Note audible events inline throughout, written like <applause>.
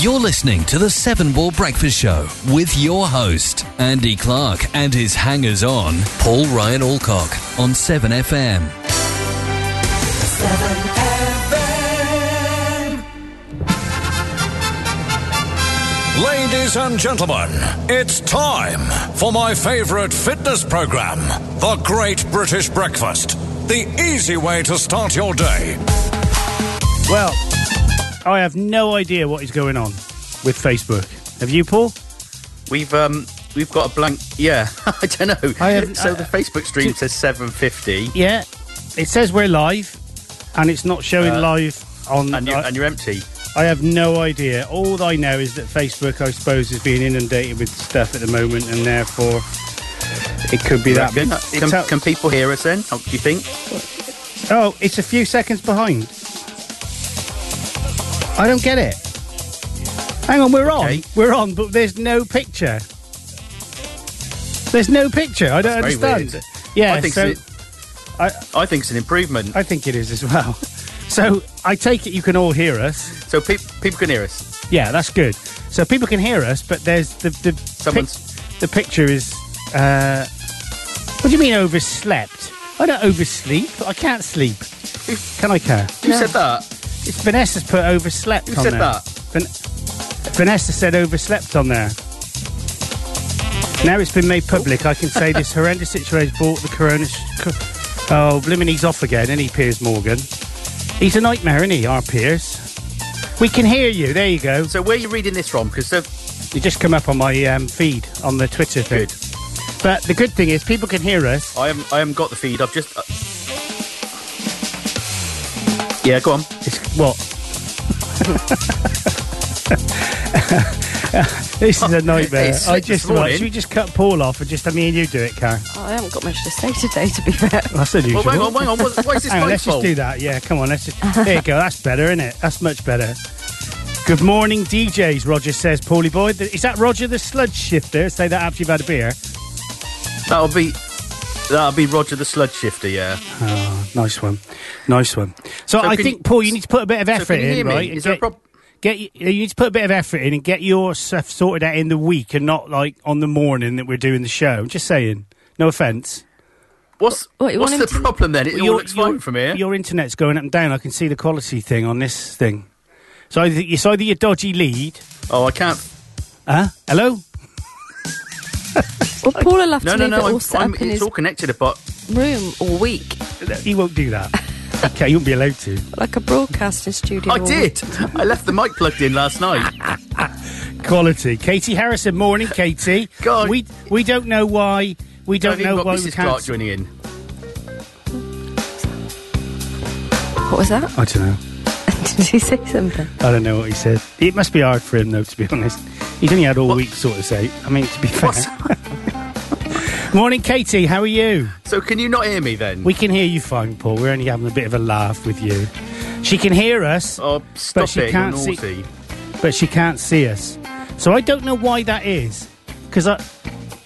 You're listening to the Seven Ball Breakfast Show with your host, Andy Clark, and his hangers on, Paul Ryan Alcock, on 7FM. Ladies and gentlemen, it's time for my favorite fitness program, The Great British Breakfast. The easy way to start your day. Well, I have no idea what is going on with Facebook. Have you, Paul? We've um we've got a blank. Yeah, <laughs> I don't know. I uh, haven't- so I- the Facebook stream d- says seven fifty, Yeah. It says we're live, and it's not showing live on. Uh, and you I, and you're empty. I have no idea. All I know is that Facebook, I suppose, is being inundated with stuff at the moment, and therefore it could be that. Reckon? it Can, tell- can people hear us then? Oh, do you think? oh, it's a few seconds behind. I don't get it. Hang on, we're Okay. on. We're on, but there's no picture. There's no picture. I don't Very understand. weird, is it? Yeah, I think so it's I, I think it's an improvement. I think it is as well. <laughs> So I take it you can all hear us. so peop people can hear us. Yeah, that's good. So people can hear us, but there's the the pic- Someone's- the picture is. Uh, what do you mean overslept? I don't oversleep. I can't sleep. Can I? Care? Who said that? It's Vanessa's put overslept Who on said there. that? Van- Vanessa said overslept on there. Now it's been made public, I can say <laughs> this horrendous situation brought the corona. sh- co- oh, blimmin' he's off again, isn't he, Piers Morgan? He's a nightmare, isn't he, our Piers? We can hear you. There you go. So where are you reading this from? Because You just come up on my um, feed on the Twitter thing. Good. But the good thing is, people can hear us. I haven't I haven't got the feed. I've just. uh, Yeah, go on. It's <laughs> what? this is a nightmare. It's I six just this morning. Should we just cut Paul off and just have me and you do it, Karen? Oh, I haven't got much to say today, to <laughs> be fair. That's unusual. Well, hang on, hang on. <laughs> What, why is this Hang on, my let's just fault? do that. Yeah, come on, let's <laughs> just. There you go. That's better, isn't it? That's much better. Good morning, DJs. Roger says, Paulie boy, Th- is that Roger the sludge shifter? Say that after you've had a beer. That'll be that'll be Roger the Sludge Shifter. Yeah. Nice one, nice one. So, I can think, you- Paul, you need to put a bit of effort can you in, hear me? right? and Is there a get- prob- Get y- you need to put a bit of effort in and get your stuff sorted out in the week and not like on the morning that we're doing the show. I'm just saying, no offense. What's What, you what's want the him to- problem then? It all looks fine from here. Your internet's going up and down. I can see the quality thing on this thing. So I think it's either your dodgy lead. Oh, I can't. Huh? Hello? Well, Paul will have No, to no, leave no. it I'm, all set I'm, up in it's his all connected, but room all week, He won't do <laughs> that. okay, you won't be allowed to. like a broadcasting studio. I all did. I left the mic plugged in last night. Quality. Katie Harrison, morning, Katie. God. We we don't know why we <laughs> don't I've even know got why we Mrs. can't. Clark joining in. week. What was that? <laughs> I don't know. did he say <laughs> something? I don't know what he said. It must be hard for him though, to be <laughs> honest. He's only had all week to sort of say. I mean, to be fair. What's- <laughs> morning, Katie. How are you? so can you not hear me then? We can hear you fine, Paul. We're only having a bit of a laugh with you. She can hear us, oh, stop she it! You're can't see- naughty. but she can't see us. So I don't know why that is. Because I,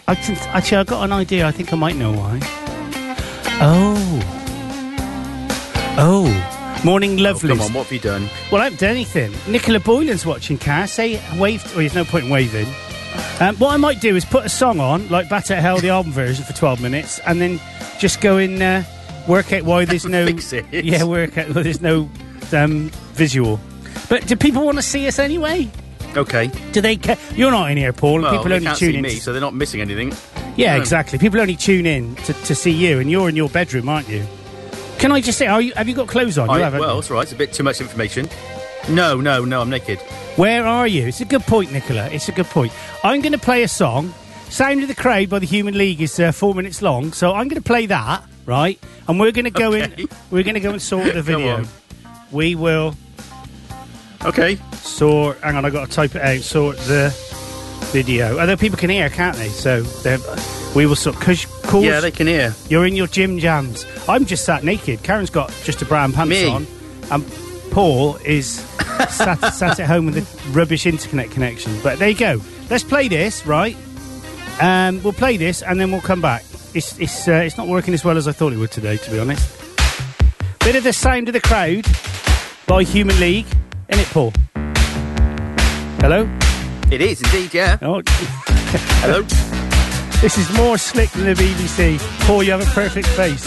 I can, actually I got an idea. I think I might know why. Oh, oh. Morning, Oh, come lovelies. on, what have you done? Well, I haven't done anything. Nicola Boylan's watching, Cass. Say, wave. Well, there's no point in waving. Um, what I might do is put a song on, like Bat at Hell, the album version, for 12 minutes, and then just go in, uh, work out why <laughs> there's no. Fix it. Yeah, work out why there's no um, visual. But do people want to see us anyway? Okay. Do they care? You're not in here, Paul. Well, people they only can't tune see in. me, to- so they're not missing anything. yeah, No. exactly. People only tune in to, to see you, and you're in your bedroom, aren't you? Can I just say, are you, have you got clothes on? you I- haven't. well, it's all right. It's a bit too much information. No, no, no. I'm naked. Where are you? It's a good point, Nicola. It's a good point. I'm going to play a song. Sound of the Crowd by the Human League is uh, four minutes long, so I'm going to play that, right? And we're going to go Okay. in. We're going to go and sort <laughs> the Come video. on. We will Okay. sort. Hang on, I got to type it out. Sort the video. Although people can hear, can't they? So they're- we will sort. Cause, cause Yeah, they can hear. you're in your gym jams. I'm just sat naked. Karen's got just a brown pants Me. on, and Paul is sat, sat at home with a rubbish internet connection. But there you go. Let's play this, right? Um, we'll play this and then we'll come back. It's it's uh, it's not working as well as I thought it would today, to be honest. Bit of the sound of the crowd by Human League, in it, Paul? Hello? It is indeed, yeah. Oh, Hello. this is more slick than the BBC. Paul, you have a perfect face.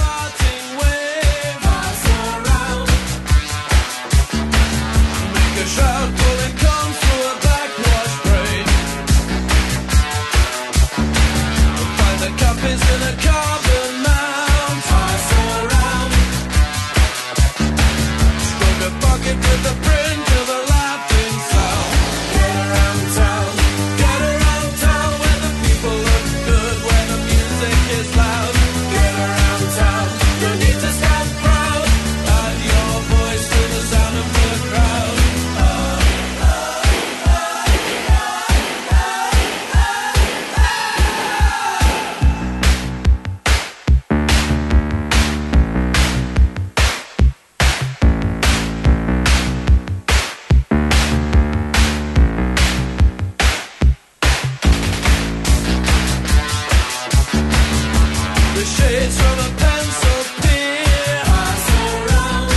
The shades from a pencil pier are so round.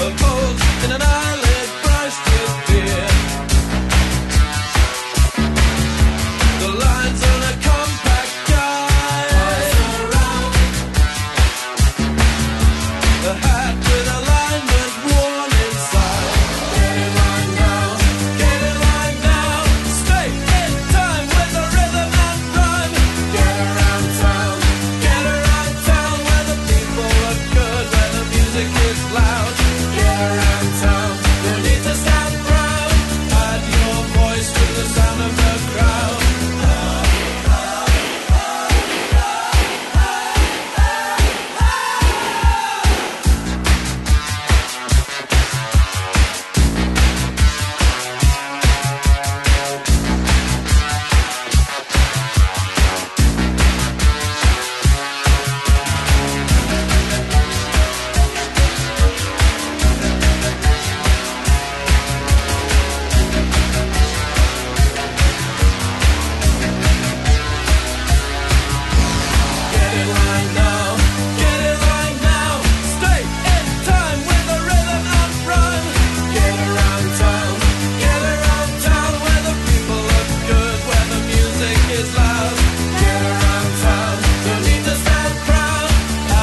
A bulge in an eyelid brushed with beer. The lines on a compact guide around. A hat with alignment worn inside. Get in line now, get in line now. Stay in time with the rhythm and rhyme. Get around town, get around town where the people are good, where the music is loud. Get around town, no need to stand proud. Add your voice to the sound of the crowd. Get in line now, get in line now. Stay in time with the rhythm and run. Get around town, get around town where the people look good, where the music is loud. Get around town, no need to stand proud.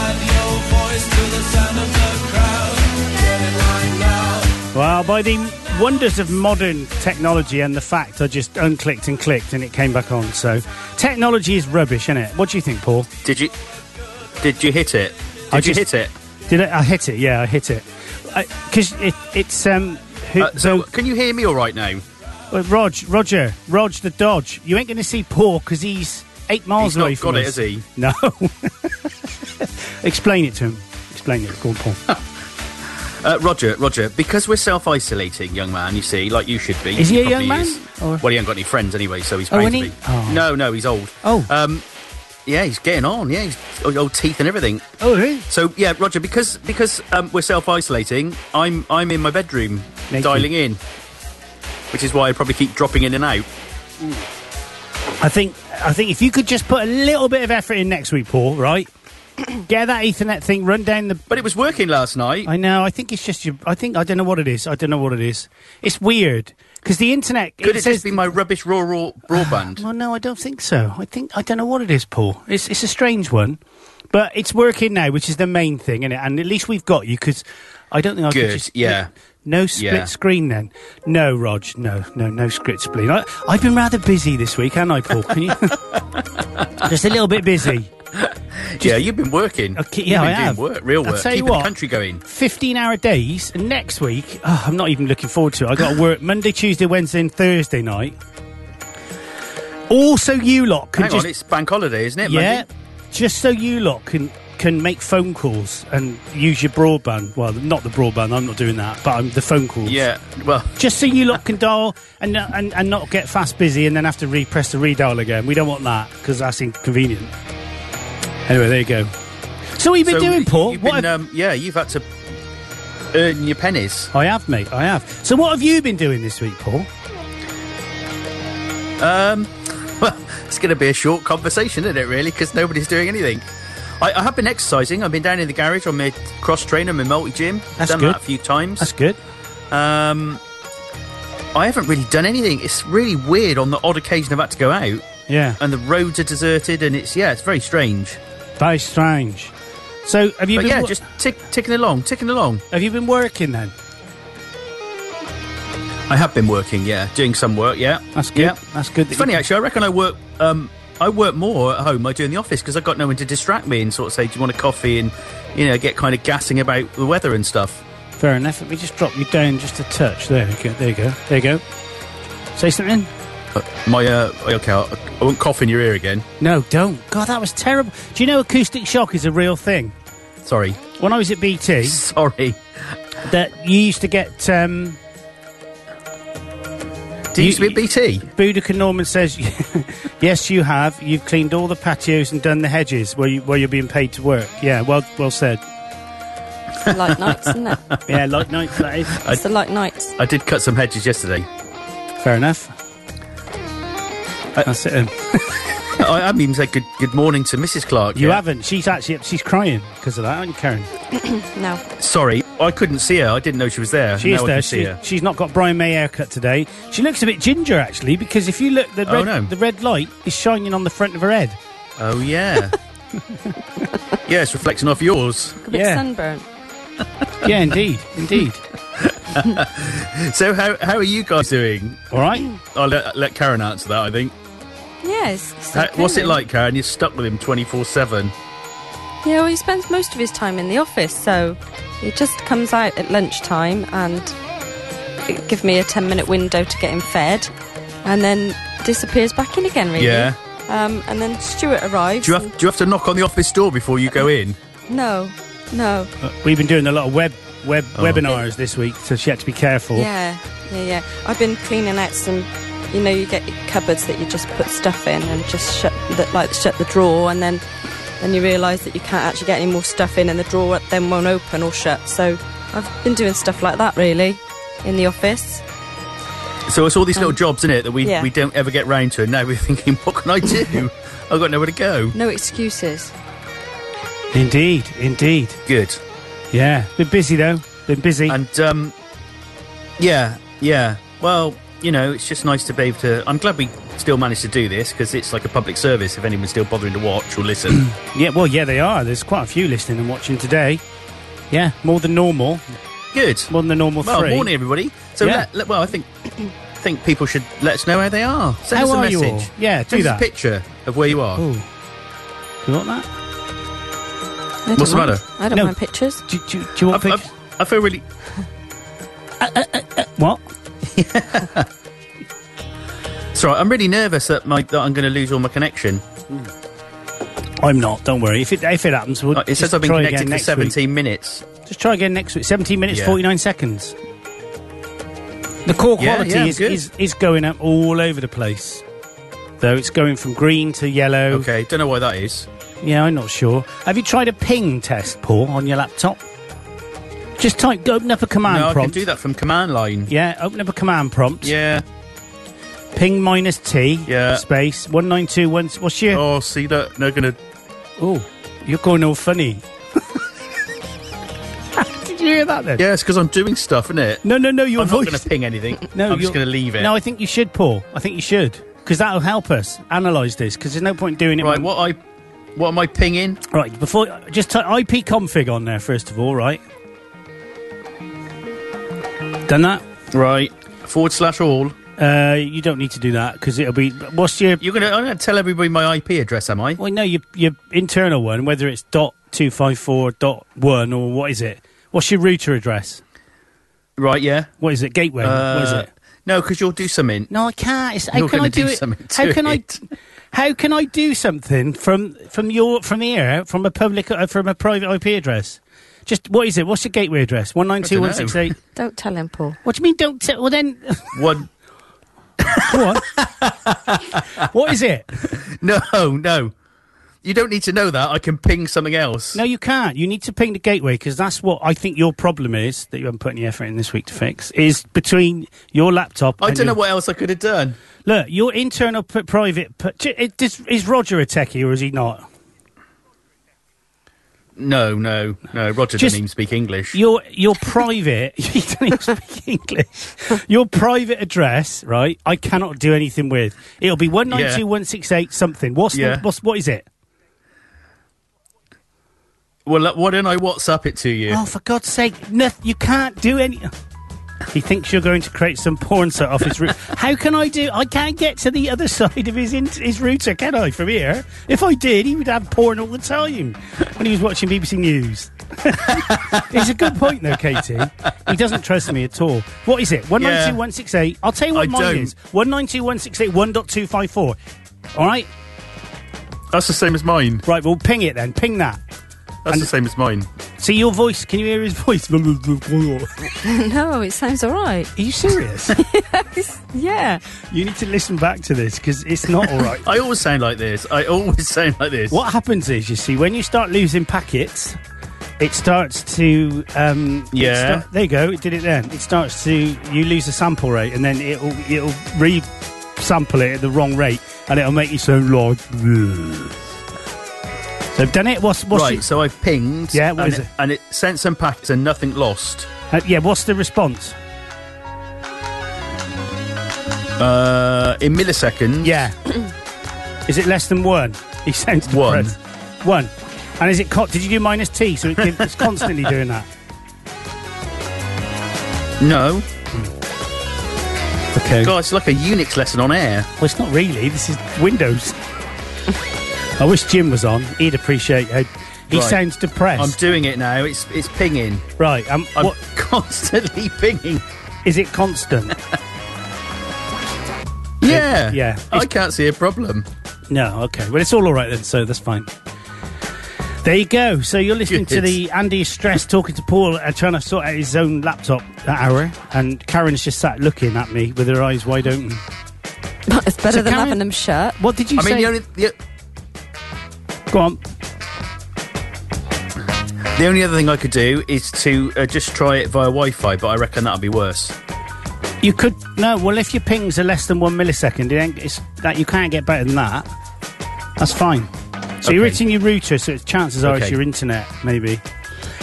Add your voice to the sound of the crowd. Get in line now. Well, by the wonders of modern technology and the fact I just unclicked and clicked and it came back on. So, technology is rubbish, isn't it? What do you think, Paul? Did you did you hit it? Did I you just- hit it? Did I, I hit it? Yeah, I hit it. Because it, it's um. Who, Uh, so, can you hear me all right now? the- uh, Rog, Roger, Rog the Dodge. You ain't going to see Paul because he's eight miles He's not away from got it, us. has he? No. <laughs> Explain it to him. Explain it. Go on, Paul. <laughs> Uh, Roger, Roger, because we're self-isolating, young man. You see, like you should be. Is he a probably young is. man, or- Well, he ain't got any friends anyway, so he's Oh, bound ain't to he? be. Oh. No, no, he's old. Oh. um, yeah, he's getting on. Yeah, he's old, old teeth and everything. oh, really? So yeah, Roger, because because um, we're self-isolating, I'm I'm in my bedroom Naked. dialing in, which is why I probably keep dropping in and out. I think I think if you could just put a little bit of effort in next week, Paul. Right? <clears throat> Get that Ethernet thing. Run down the. But it was working last night. I know. I think it's just your. I think I don't know what it is. I don't know what it is. It's weird because the internet. Could it, says just be my rubbish rural broadband? <laughs> Well, no, I don't think so. I think I don't know what it is, Paul. It's it's a strange one, but it's working now, which is the main thing, and and at least we've got you because I don't think I could Good, just yeah. No split Yeah. screen then. No, Rog. No, no, no split screen. I, I've been rather busy this week, haven't I, Paul? Can <laughs> you? <laughs> just a little bit busy. yeah, you've been working. Okay, You've yeah, been I doing have. Work, real I'll work. tell you keeping what. the country going. 15 hour days and next week oh, i'm not even looking forward to it i got to <laughs> work monday tuesday wednesday and thursday night also you lot can Hang just on, it's bank holiday, isn't it? Yeah, Monday? just so you lot can can make phone calls and use your broadband. Well, not the broadband. I'm not doing that, but um, the phone calls. Yeah. Well, Just so you lot can dial and, uh, and and not get fast busy and then have to repress the redial again. We don't want that because that's inconvenient. Anyway, there you go. So what you been so doing, Paul? You've What been, have- um, yeah, you've had to earn your pennies. <laughs> I have, mate. I have. So what have you been doing this week, Paul? Well, it's going to be a short conversation, isn't it? Really, because nobody's doing anything. I, I have been exercising. I've been down in the garage on my cross trainer, my multi gym. That's Done good. that a few times. That's good. Um, I haven't really done anything. It's really weird. On the odd occasion I've had to go out, Yeah. and the roads are deserted, and it's yeah, it's very strange. Very strange. So have you But been yeah, wo- just tick, ticking along, ticking along. have you been working then? I have been working, yeah, doing some work, yeah. That's good. Yeah. That's good. that It's you- funny actually. I reckon I work. Um, I work more at home. I do in the office because I've got no one to distract me and sort of say, "Do you want a coffee?" and you know, get kind of gassing about the weather and stuff. Fair enough. Let me just drop you down just a touch. There you go. There you go. There you go. Say something. But my uh, okay, I, I won't cough in your ear again. No, don't. God, that was terrible. Do you know acoustic shock is a real thing? Sorry, <laughs> When I was at BT, sorry. that you used to get um, Do you used to be at BT? Boudicca Norman says, <laughs> "Yes, you have. You've cleaned all the patios and done the hedges where you where you're being paid to work." Yeah, well, well said. Light nights, isn't it? Yeah, like nights that is. <laughs> It's the light nights. I did cut some hedges yesterday. <laughs> Fair enough. That's it. then. I haven't even said good good morning to Mrs. Clark. You yet. haven't. She's actually she's crying because of that, aren't you, Karen? No. Sorry, I couldn't see her. I didn't know she was there. She now is I there. Can see She, her. she's not got Brian May haircut today. She looks a bit ginger actually because if you look, the Oh, red, no. the red light is shining on the front of her head. <laughs> Oh yeah. yeah, it's reflecting off yours. A bit Yeah. sunburnt. <laughs> yeah, indeed, indeed. So how how are you guys doing? All right. I'll let, let Karen answer that. I think. Yes. it's How, okay. Uh, what's it like, Karen? You're stuck with him twenty four seven. Yeah, well, he spends most of his time in the office, so he just comes out at lunchtime and give me a 10 minute window to get him fed and then disappears back in again, really. Yeah. Um, and then Stuart arrives. Do you and- have do you have to knock on the office door before you go in? No, no. We've been doing a lot of web web Oh. webinars this week, so she had to be careful. Yeah, yeah, yeah. I've been cleaning out some. You know, you get your cupboards that you just put stuff in and just shut that like shut the drawer, and then then you realise that you can't actually get any more stuff in, and the drawer then won't open or shut. So I've been doing stuff like that really in the office. So it's all these little jobs in it that we yeah. we don't ever get round to, and now we're thinking, <laughs> what can I do? I've got nowhere to go. No excuses. Indeed, indeed. Good. Yeah, been busy though. Been busy. And um, yeah, yeah. Well, you know, it's just nice to be able to. I'm glad we still managed to do this because it's like a public service. If anyone's still bothering to watch or listen, yeah, well, yeah, they are. There's quite a few listening and watching today. Yeah, more than normal. good. More than the normal Well, three. morning everybody. So Yeah. let, let- well, I think <clears throat> think people should let us know how they are. Send How us a are message. you all? Yeah, do Send us that. a picture of where you are. Ooh. You want that? I don't What's the mind. matter? I don't No. mind pictures. Do, do, do you want I've, pic- I've, I feel really. What? Sorry, I'm really nervous that my that I'm going to lose all my connection. I'm not. Don't worry. If it if it happens, we'll Uh, It says just I've been try connected again for next 17 minutes. Week. Just try again next week. 17 minutes Yeah. 49 seconds. The core Yeah, quality yeah, is, good. is is going up all over the place. Though it's going from green to yellow. Okay, don't know why that is. Yeah, I'm not sure. Have you tried a ping test, Paul, on your laptop? Just type, open up a command no, I can prompt. do that from command line. Yeah, open up a command prompt. Yeah. Ping minus T. Yeah. Space one nine two one. What's your? Oh, see that? No, gonna. Oh, you're going all funny. <laughs> Did you hear that then? Yeah, it's because I'm doing stuff, isn't it? No, no, no. Your I'm not voice. going to ping anything. <laughs> no, I'm just you're- going to leave it. No, I think you should, Paul. I think you should because that'll help us analyze this. Because there's no point doing it. right, when- what I, what am I pinging? Right. Before, just type IP config on there first of all. Right. Done that. Right, forward slash all. Uh, you don't need to do that because it'll be. What's your? You're gonna. I'm gonna tell everybody my IP address, am I? Well, no, your your internal one, whether it's dot two five four dot one or what is it? What's your router address? Right, yeah. What is it? Gateway. what is Uh, it? No, because you'll do something. No, I can't. It's, how You're can gonna I do, do it? something How to can it. I? <laughs> How can I do something from from your from here from a public uh, from a private IP address? Just what is it? What's your gateway address? One nine two one six eight. Don't tell him, Paul. <laughs> What do you mean? Don't tell. Well then, <laughs> One. what? <laughs> what is it? No, <laughs> no. You don't need to know that. I can ping something else. No, you can't. You need to ping the gateway because that's what I think your problem is that you haven't put any effort in this week to fix is between your laptop. I and don't know your- what else I could have done. Look, your internal p- private. P- j- it- this- is Roger a techie or is he not? No, no, no. Roger Just- doesn't even speak English. your your private <laughs> you don't even speak <laughs> English. Your private address, right? I cannot do anything with. It'll be one nine two one six eight something. What's Yeah. the, what's what is it? Well, why don't I WhatsApp it to you? Oh, for God's sake, nothing. You can't do any. He thinks you're going to create some porn site off <laughs> his route. How can I do? I can't get to the other side of his in- his router, can I? From here, if I did, he would have porn all the time when he was watching BBC News. <laughs> it's a good point though, Katie. He doesn't trust me at all. What is it? One nine two one six eight. I'll tell you what I mine don't. is. One nine two one six eight one dot two five four. All right, That's the same as mine. right. We'll ping it then. Ping that. That's the same as mine. See your voice. Can you hear his voice? <laughs> Are <laughs> No, it sounds all right. you serious? Yeah. You need to listen back to this because it's not all right. I always sound like this. I always <laughs> sound like <laughs> this. what happens is, you see, when you start losing packets, it starts to. Um, it Yeah. start- there you go. It did it then. It starts to. You lose the sample rate, and then it'll it'll re sample it at the wrong rate, and it'll make you sound like. "Bleh." So I've done it. What's what's right, your- so I pinged. Yeah, what and is it? And it sent some packets and nothing lost. uh, yeah? What's the response? Uh, in milliseconds. Yeah. <coughs> is it less than one? <laughs> He sounds One. depressed. One. And is it? Co- did you do minus t? So it gives, it's constantly doing that. No. <laughs> Okay. God, it's like a Unix lesson on air. Well, it's not really. This is Windows. I wish Jim was on. He'd appreciate it. He Right. sounds I'm depressed. doing it now. It's it's pinging. right. Um, I'm what <laughs> constantly pinging. is it? <laughs> Constant? Yeah. yeah. I can't see a problem. no. Okay. Well, it's all all right then. So that's fine. There you go. So you're listening to Good. the Andy Stress talking to Paul, uh, trying to sort out his own laptop that hour, and Karen's just sat looking at me with her eyes wide open. But it's better So than Karen- having them shut. What did you I say? mean, the only the, Go on. the only other thing I could do is to uh, just try it via Wi-Fi, but I reckon that'll be worse. You could no. Well, if your pings are less than one millisecond, it ain't, it's that you can't get better than that. That's fine. So you're Okay. hitting your router, so it's- chances are it's Okay. your internet, maybe.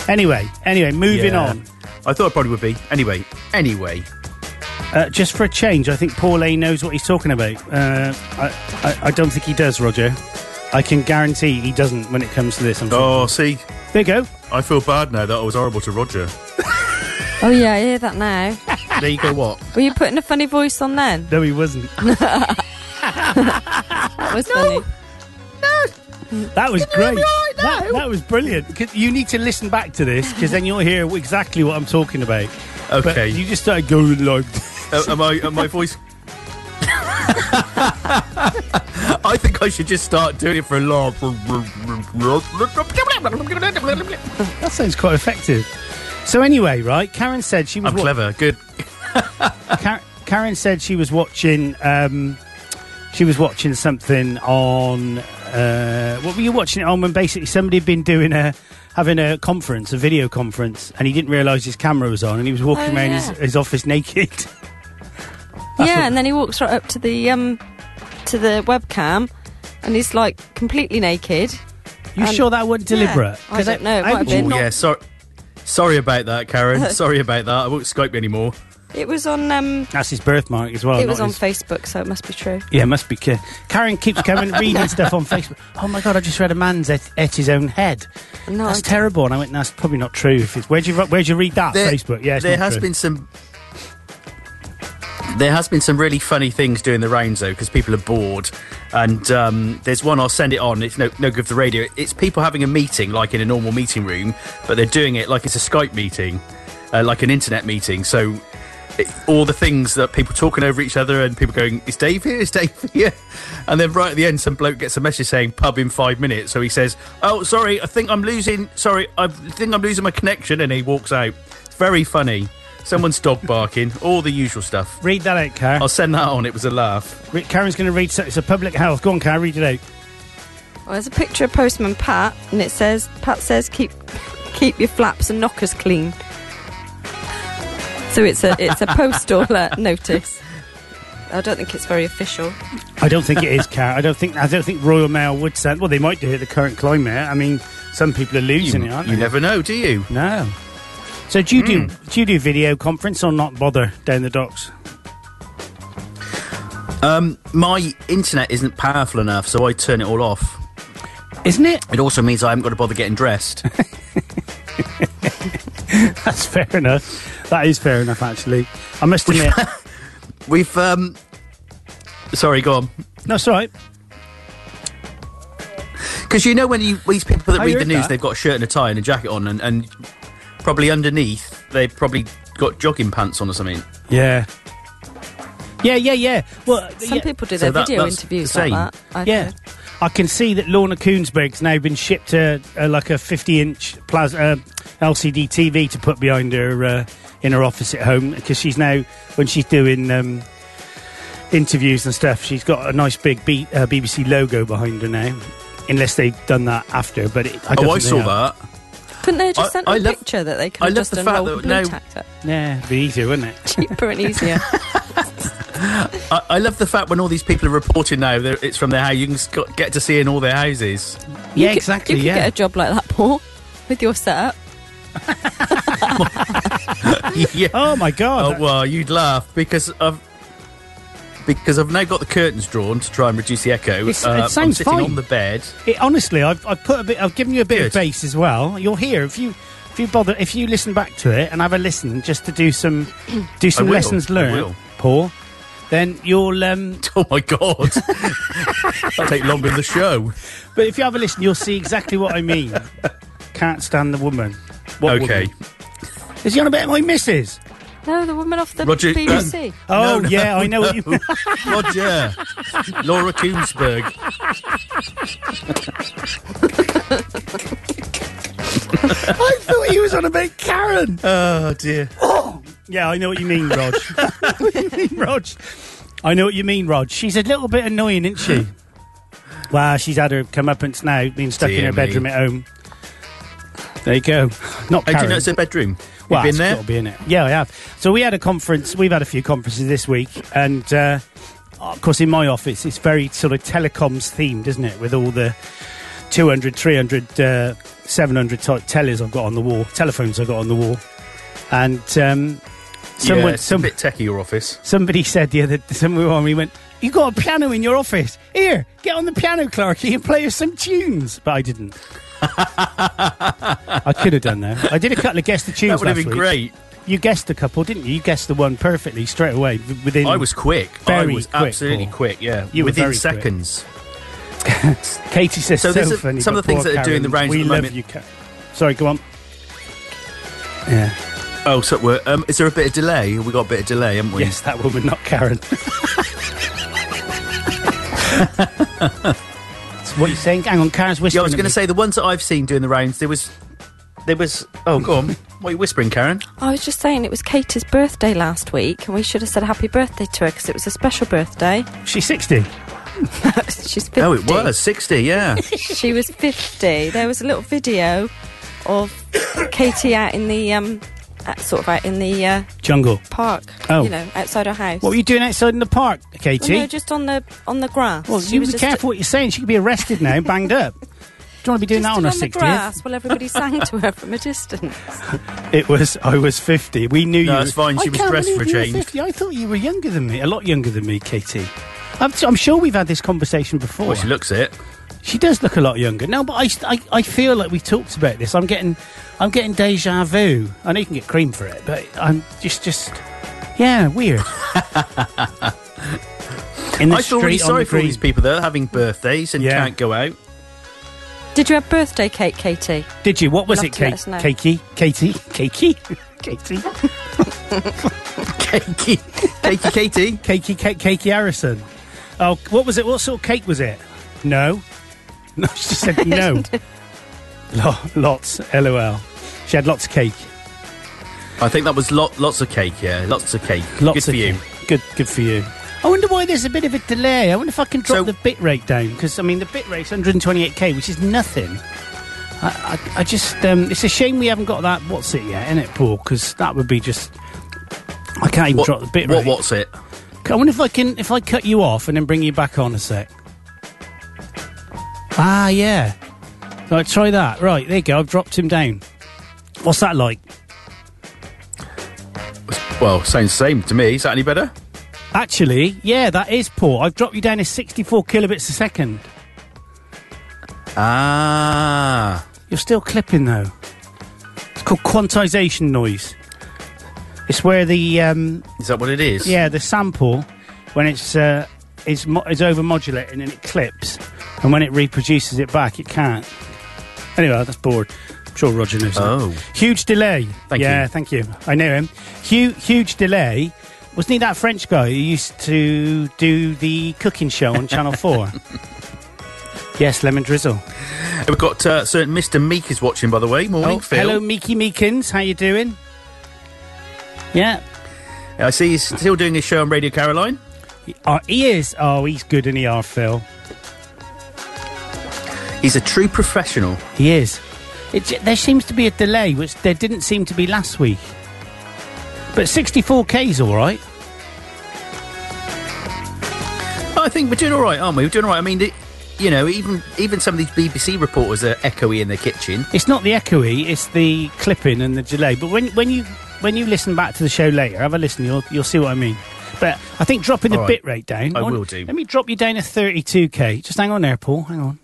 Anyway, anyway, moving Yeah. on. I thought it probably would be. Anyway, anyway. Uh, just for a change, I think Paul A knows what he's talking about. Uh, I, I, I don't think he does, Roger. I can guarantee he doesn't when it comes to this. Oh. Oh, see, There you go. I feel bad now that I was horrible to Roger. Oh, yeah, I hear that now. There you go. What? Were you putting a funny voice on then? No, he wasn't. That was funny. That was great. that, that was brilliant. 'Cause You need to listen back to this because then you'll hear exactly what I'm talking about. But Okay. you just started going like. <laughs> Uh, am I? Am my <laughs> voice? I think I should just start doing it for a long. I'm That sounds quite effective. So anyway, right? Karen said she was. wa- clever. Good. Kar- Karen said she was watching. Um, she was watching something on. Uh, what were you watching it on? When basically somebody had been doing a having a conference, a video conference, and he didn't realise his camera was on, and he was walking Oh, around yeah. his, his office naked. Yeah, and then he walks right up to the um to the webcam and he's like completely naked. you Um, sure that wasn't yeah, deliberate? I 'Cause don't know, it might have would you been. Oh not- yeah. Sorry. Sorry about that, <laughs> Karen. Sorry about that. I won't Skype you anymore. It was on um That's his birthmark Oh, as well. it was not on his- Facebook, so it must be true. Yeah, must be. Ca- Karen keeps coming reading stuff on Facebook. Oh my god, I just read a man's et, et his own head. No, that's I- terrible. And I went, that's probably not true. If it's, where'd you ru- where'd you read that? Facebook. Yeah, it's there not has true. been some. There has been some really funny things doing the rounds though, because people are bored. And um, there's one I'll send it on. It's no no good for the radio. It's people having a meeting like in a normal meeting room, but they're doing it like it's a Skype meeting, uh, like an internet meeting. So it, all the things that people talking over each other and people going, "Is Dave here? Is Dave <laughs> here?" And then right at the end, some bloke gets a message saying "pub in five minutes." So he says, "Oh, sorry, I think I'm losing. Sorry, I think I'm losing my connection," and he walks out. It's very funny. <laughs> Someone's dog barking, all the usual stuff. Read that out, Karen. I'll send that on. It was a laugh. Re- Karen's going to read. so- It's a public health. Go on, Karen. Read it out. Well, oh, there's a picture of postman Pat and it says Pat says keep keep your flaps and knockers clean. So it's a it's a <laughs> postal uh, notice. I don't think it's very official. I don't think it is, Karen. I don't think. I don't think Royal Mail would send. Well, they might do it at the current climate. I mean, Some people are losing You, it, aren't you they? never know, Hmm. do you? No. So do you do do you do video conference or not bother down the docks? My internet isn't powerful enough, so I turn it all off. Isn't it? It also means I haven't got to bother getting <laughs> dressed. That's fair enough. That is fair enough, actually. I must <laughs> admit. We've um, sorry, go on. no, it's all right. Because you know when you these people that I read the heard news, that. they've got a shirt and a tie and a jacket on, and, and probably underneath they've probably got jogging pants on or something. Yeah. Yeah, yeah, yeah. Well, Some yeah, people do So their that- video that's interviews the like same. that. I yeah. think. I can see that Lorna Koonsberg's now been shipped a, a like a 50-inch plas- uh, LCD TV to put behind her uh, in her office at home because she's now when she's doing um, interviews and stuff, she's got a nice big B- uh, BBC logo behind her now. Unless they've done that after, but it, I don't oh, I think they saw have. that. Couldn't they have just I- sent I a love- picture that they could I have love just the done fact roll that blue no- tacked up? Yeah, it'd be easier, wouldn't it? <laughs> Cheaper and easier. I, I love the fact when all these people are reporting now, they're- it's from their house. You can s- got- get to see in all their <laughs> houses. yeah, You could- exactly. You could yeah, get a job like that, Paul, with your setup. yeah. Oh my god! Oh well, you'd laugh because I've because I've now got the curtains drawn to try and reduce the echo. Uh, It's- it I'm sounds sitting fine. on the bed. <laughs> It, honestly, I've, I've put a bit. I've given you a bit of Oh. Good. bass as well. You're here if you if you bother if you listen back to it and have a listen just to do <clears throat> some do some will, lessons I learned, will. Paul. Then you'll. Um, Oh my god, <laughs> that take longer than the show. but if you have a listen, you'll see exactly what I <laughs> mean. Can't stand the woman. What okay, woman? Is he on about my missus? No, the woman off the Roger- BBC. Oh no, yeah, I know what <laughs> you. mean. Roger, Laura Koonsberg. I thought he was on about Karen. Oh dear. Yeah, I know what you mean, Rog. What do you mean, Rog? I know what you mean, Rog. She's a little bit annoying, isn't she? Well, she's had her comeuppance now, being stuck in Dear her me. bedroom at home. There you go. Not Oh, do you Karen. know it's a bedroom? well, you it's been there? gotta be in it. Yeah, I have. So we had a conference. We've had a few conferences this week, and uh, of course, in my office, it's very sort of telecoms themed, isn't it? With all the 200, 300, uh, 700 type tellers I've got on the wall, telephones I've got on the wall, and um, someone, yeah, it's some- a bit techie your office. Somebody said the other somewhere on we went, You got a piano in your office. Here, get on the piano, Clarky, and play us some tunes. But I didn't. <laughs> I could have done that. I did a couple of guess the tunes. That would have last been week. great. You guessed a couple, didn't you? You guessed the one perfectly straight away. w- Within I was quick. Very I was quick, absolutely Paul. quick. Yeah, You were within very quick. seconds. Katie says So so, there's a- funny. some of but the things poor that are doing the Karen, rounds at We the love moment- you, Karen. Sorry, go on. Yeah. Oh, so we're, um, is there a bit of delay? We got a bit of delay, haven't we? Yes, that woman, not Karen. <laughs> what are you saying? Hang on, Karen's Yeah, whispering. I was at going me. to say the ones that I've seen doing the rounds. There was, there was. Oh, go on. What are you whispering, Karen? <laughs> I was just saying it was Katie's birthday last week, and we should have said happy birthday to her because it was a special birthday. <laughs> She's 60. She's 50. Oh, it was <laughs> sixty. Yeah. She was 50. There was a little video of Katie out in the, um, out- sort of out in the uh, Jungle. park, Oh. you know, outside her house. What were you doing outside in the park, Katie? Well, no, just on the on the grass. well, She you was be just- careful what you're saying. She could be arrested now, and banged up. Do you want to be doing just that on her on the 60th? grass while everybody sang to her from a distance. It was. I was 50. We knew No, you. it's fine. She I was can't dressed believe for a you were change. 50. I thought you were younger than me. A lot younger than me, Katie. I'm, t- I'm sure we've had this conversation before. Well, she looks it. She does look a lot younger. No, but I, I, I feel like we talked about this. I'm getting I'm getting deja vu. I know you can get cream for it, but I'm just just yeah, <laughs> weird. In the I street, on feel really the sorry for all green. these people that are having birthdays and Yeah. can't go out. <laughs> Did you have birthday cake, Katie? Did you? What was Love it, to Kate? let us know. Cakey? Katie? <laughs> <laughs> Cakey? Katie? Cakey, cakey, Katie. Cakey, Cake, Cakey Harrison. Oh, what was it? What sort of cake was it? No. <laughs> No, she said no. Lo- lots, lol. She had lots of cake. I think that was lot, lots of cake. Yeah, lots of cake. Lots Good of for you. cake. Good, good for you. I wonder why there's a bit of a delay. I wonder if I can drop So- the bit rate down because I mean the bit rate's 128k, which is nothing. I, I, I just um, it's a shame we haven't got that what's it yet, isn't it, Paul? Because that would be just I can't even What, drop the bit what rate. what's it? I wonder if I can if I cut you off and then bring you back on a sec. Ah, yeah. Right, try that. Right, there you go. I've dropped him down. What's that like? Well, sounds same to me. Is that any better? Actually, yeah, that is poor. I've dropped you down to 64 kilobits a second. Ah. You're still clipping though. It's called quantization noise. It's where the um, Is that what it is? yeah the sample when it's uh, is mo- is over modulating and it clips, and when it reproduces it back, it can't. Anyway, that's bored. I'm sure Roger knows. that. Oh. huge delay. Thank yeah, you. thank you. I knew him. Huge, huge delay. Wasn't he that French guy who used to do the cooking show on <laughs> Channel Four? yes, lemon drizzle. We've got uh, certain Mr. Meek is watching, by the way. Morning, Oh, Phil. hello, Meeky Meekins. How you doing? Yeah, I see he's still doing his show on Radio Caroline. oh, he is. Oh, he's good in ER, Phil. He's a true professional. He is. It, j- there seems to be a delay, which there didn't seem to be last week. But 64k's all right. I think we're doing all right, aren't we? We're doing all right. I mean, it, you know, even even some of these BBC reporters are echoey in the kitchen. It's not the echoey, it's the clipping and the delay. But when when you when you listen back to the show later, have a listen. You'll you'll see what I mean. But I think dropping the All bit right. rate down. I Hold- will do. Let me drop you down to 32k. Just hang on there, Paul. Hang on.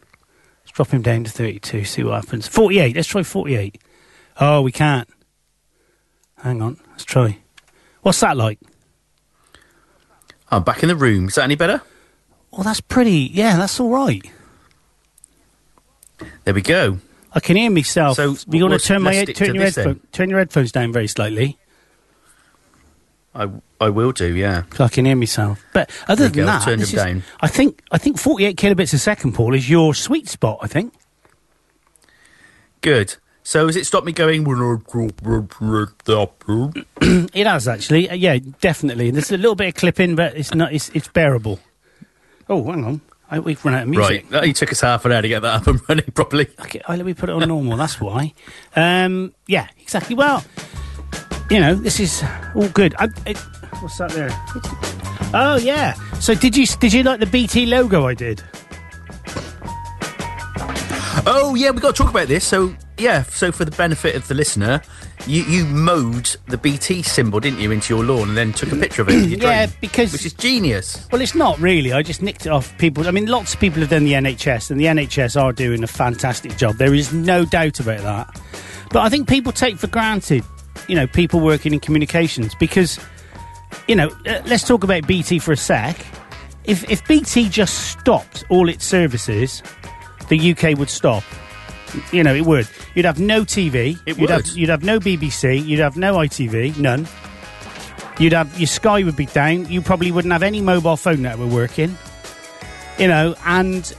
Let's drop him down to 32. See what happens. 48. Let's try 48. Oh, we can't. Hang on. Let's try. What's that like? I'm back in the room. Is that any better? Well, Oh, that's pretty. Yeah, that's all right. There we go. I can hear myself. So, So you want let's- to turn my let's head, stick turn to your this then. headphone, turn your headphones down very slightly. I I will do. Yeah. So I can hear myself. But other Okay, than I'll that, turn this them is- down. I think I think 48 kilobits a second, Paul, is your sweet spot. I think. Good. So has it stopped me going? It has actually. Uh, yeah, definitely. There's a little bit of clipping, but it's not. It's, it's bearable. Oh, hang on. I, we've run out of music. Right. That only took us half an hour to get that up and <laughs> running properly. Okay, I, let me put it on normal. That's why. Um, yeah, exactly. Well, you know, this is all good. I, it, what's that there? Oh yeah. So did you did you like the BT logo I did? Oh yeah, we got to talk about this. So yeah, so for the benefit of the listener, you you mowed the BT symbol, didn't you, into your lawn and then took a picture of it. <clears throat> with your Yeah, drone, because- which is genius. Well, it's not really. I just nicked it off people. I mean, lots of people have done the NHS, and the NHS are doing a fantastic job. There is no doubt about that. But I think people take for granted, you know, people working in communications because, you know, uh, let's talk about BT for a sec. If, if BT just stopped all its services, the UK would stop. You know, it would. You'd have no TV. It you'd Have, would. you'd have no BBC. You'd have no ITV. None. You'd have your Sky would be down. You probably wouldn't have any mobile phone network working. You know, and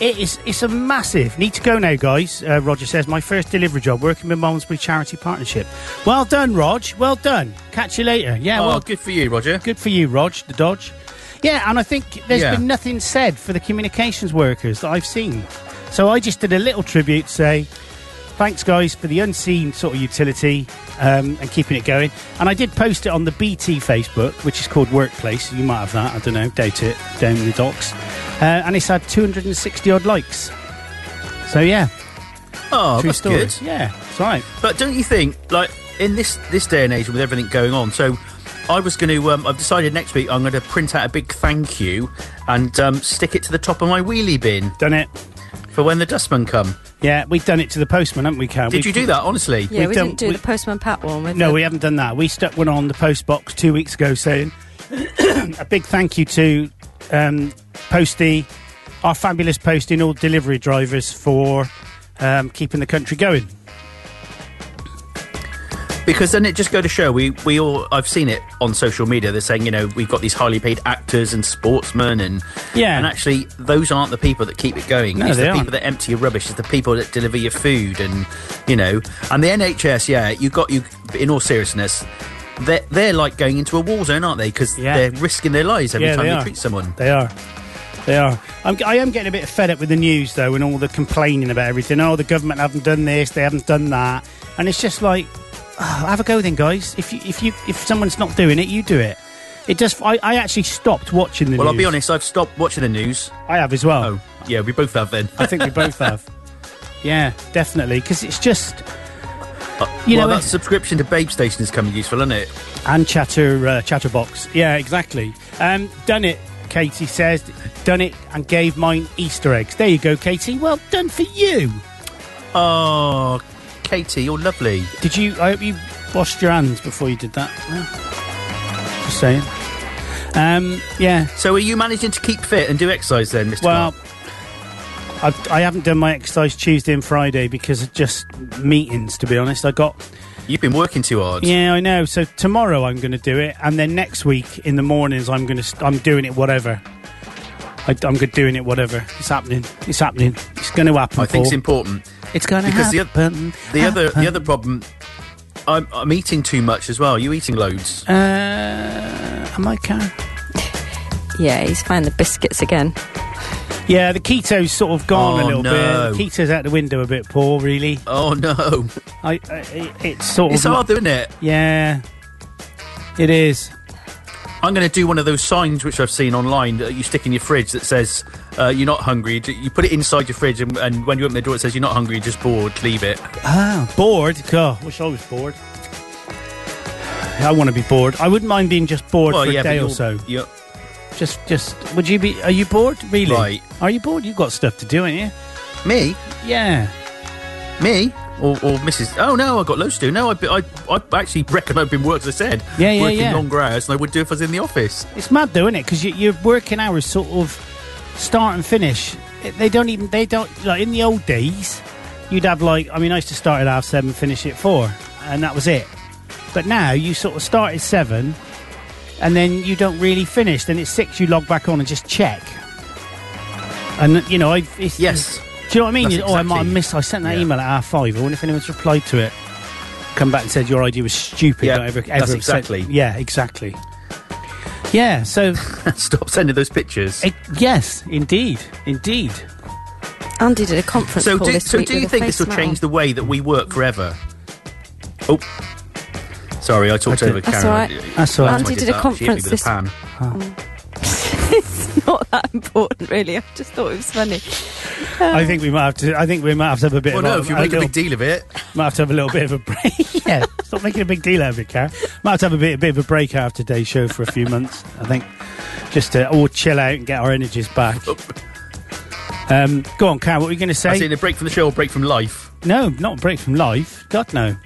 it is it's a massive need to go now, guys. Uh, Roger says my first delivery job working with Malmesbury Charity Partnership. Well done, Rog. Well done. Catch you later. Yeah. Oh, well, good for you, Roger. good for you, Rog. The Dodge. Yeah, and I think there's Yeah. been nothing said for the communications workers that I've seen. So I just did a little tribute to say, thanks guys for the unseen sort of utility um, and keeping it going. And I did post it on the BT Facebook, which is called Workplace. You might have that. I don't know. Doubt it. Down in the docks. Uh, and it's had 260 odd likes. So yeah, Oh, true that's story. good. Yeah, it's all right. But don't you think, like in this this day and age with everything going on? So, I was going to. Um, I've decided next week I'm going to print out a big thank you and um, stick it to the top of my wheelie bin Done it. for when the dustmen come. Yeah, we've done it to the postman, haven't we, Cal? Did We- you do that? Honestly, Yeah, We've we done- didn't do we- the Postman Pat one. With No, the, we haven't done that. We stuck one on the post box two weeks ago saying <coughs> a big thank you to um, Postie, our fabulous Postie, and all delivery drivers for um, keeping the country going. because then it just go to show we we all. I've seen it on social media. They're saying you know we've got these highly paid actors and sportsmen and Yeah. and actually those aren't the people that keep it going. No, it's they the aren't. people that empty your rubbish. It's the people that deliver your food and you know and the NHS. Yeah, you got you. In all seriousness. They're, they're like going into a war zone, aren't they? Because Yeah. they're risking their lives every Yeah, time they they, are. treat someone. They are. They are. I'm, I am getting a bit fed up with the news, though, and all the complaining about everything. Oh, the government haven't done this, they haven't done that. And it's just like, oh, have a go then, guys. If you, if you if someone's not doing it, you do it. It just, I, I actually stopped watching the Well, news. I'll be honest. I've stopped watching the news. I have as well. Oh, yeah, we both have then. I think we both have. yeah, definitely. Because it's just You well, know, that it- subscription to Babe Station is coming useful, isn't it? and chatter uh, chatterbox. Yeah, exactly. Um, done it. Katie says, done it and gave mine Easter eggs. There you go, Katie. Well done for you. Oh, Katie, you're lovely. Did you? I hope you washed your hands before you did that. Yeah. Just saying. Um, yeah. So, are you managing to keep fit and do exercise then, Mr. Well, Clark? I've, I haven't done my exercise Tuesday and Friday because of just meetings. To be honest, I got You've been working too hard. yeah, I know. So tomorrow I'm going to do it, and then next week in the mornings I'm going to st- I'm doing it whatever. I, I'm good doing it whatever. It's happening. It's happening. It's going to happen. I think it's Paul. um, important. it's going to because the oth- happen. The other, the other problem. I'm, I'm eating too much as well. Are you eating loads? Uh, am I Karen? Yeah, he's found the biscuits again. Yeah, the keto's sort of gone a Oh, little no. bit. The keto's out the window a bit, Paul. Really, Oh no, I, I it- it's sort it's of hard, isn't it? yeah, it is. I'm going to do one of those signs which I've seen online that you stick in your fridge that says uh, you're not hungry. D- You put it inside your fridge, and, and when you open the door, it says you're not hungry, you're just bored. Leave it. Ah, bored. God, wish I was bored. I want to be bored. I wouldn't mind being just bored for a but day or you're- so. you're- Just, just. Would you be? Are you bored? Really? Right. Are you bored? You've got stuff to do, ain't you? me, Yeah. me, or, or Mrs. Oh no, I got loads to do. No, I, I, I actually reckon I've been working. As I said, Yeah, yeah, working yeah. longer hours than I would do if I was in the office. <laughs> It's mad though, isn't it? Because you, your working hours sort of start and finish. It- They don't even. They don't like in the old days. You'd have like. I mean, I used to start at half seven, finish at four, and that was it. But now you sort of start at seven, and then you don't really finish. Then at six, you log back on and just check. And you know, I it's, Yes. Do you know what I mean? That's You- Oh, I might have exactly- missed. I sent that Yeah. email at half five. I wonder if anyone's replied to it. Come back and said your idea was stupid. Yeah, don't ever, that's ever have sent- exactly. yeah, exactly. Yeah. So Stop sending those pictures. it, yes, indeed, indeed. Andy did a conference So, call do, this so week do with you a think this will face change mount. the way that we work forever? Oh, sorry, I talked Okay. over That's Karen. all right. I- That's all right. I Andy did did a that. She hit me conference with a this- pan. it's <laughs> not that important, really. I just thought it was funny. I think we might have to. I think we might have to have a bit. Well, of no, a, if you a make a little- big deal of it, might have to have a little bit of a break. yeah, stop making a big deal out of it, Karen. Might have to have a bit, a bit of a break out of today's show for a few months. I think just to all chill out and get our energies back. Um, go on, Karen. What were you going to Oh. I say? see a break from the show or break from life. No, not a break from life. God, no.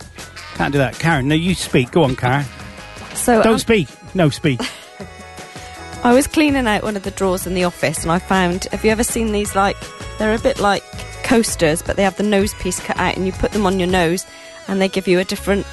Can't do that. Karen, no, you speak. Go on, Karen. So Don't um, speak. No, speak. I was cleaning out one of the drawers in the office, and I found. Have you ever seen these? Like they're a bit like coasters, but they have the nose piece cut out, and you put them on your nose, and they give you a different,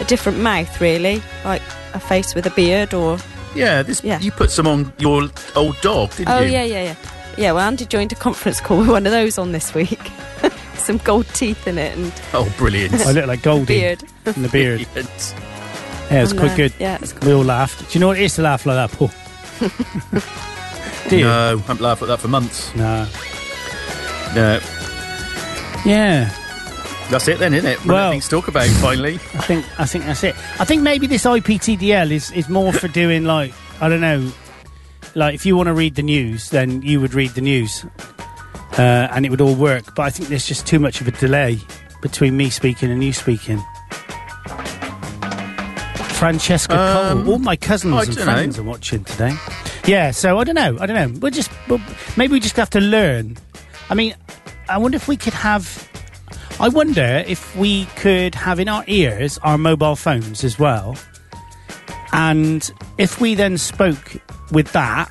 a different mouth, really, like a face with a beard or Yeah, this Yeah. you put some on your old dog, didn't Oh you? yeah, yeah, yeah. Yeah, well, Andy joined a conference call with one of those on this week. <laughs> Some gold teeth in it and Oh, brilliant! <laughs> I look like Goldie. beard. In the <laughs> beard. Brilliant. Yeah, it's And, quite uh, good. Yeah, it's cool. We all laughed. Do you know what it is to laugh like that, <laughs> Paul? do you? No, I haven't laughed at that for months. No. No, Yeah, that's it then, isn't it? Well- Well, things to talk about finally. I think I think that's it. I think maybe this IPTDL is, is more for doing like I don't know, like if you want to read the news, then you would read the news, uh, and it would all work. But I think there's just too much of a delay between me speaking and you speaking. Francesca Um, Cole, all my cousins I and dunno. friends are watching today. Yeah, so I don't know. I don't know. We're just we'll, maybe we just have to learn. I mean, I wonder if we could have. I wonder if we could have in our ears our mobile phones as well. And if we then spoke with that,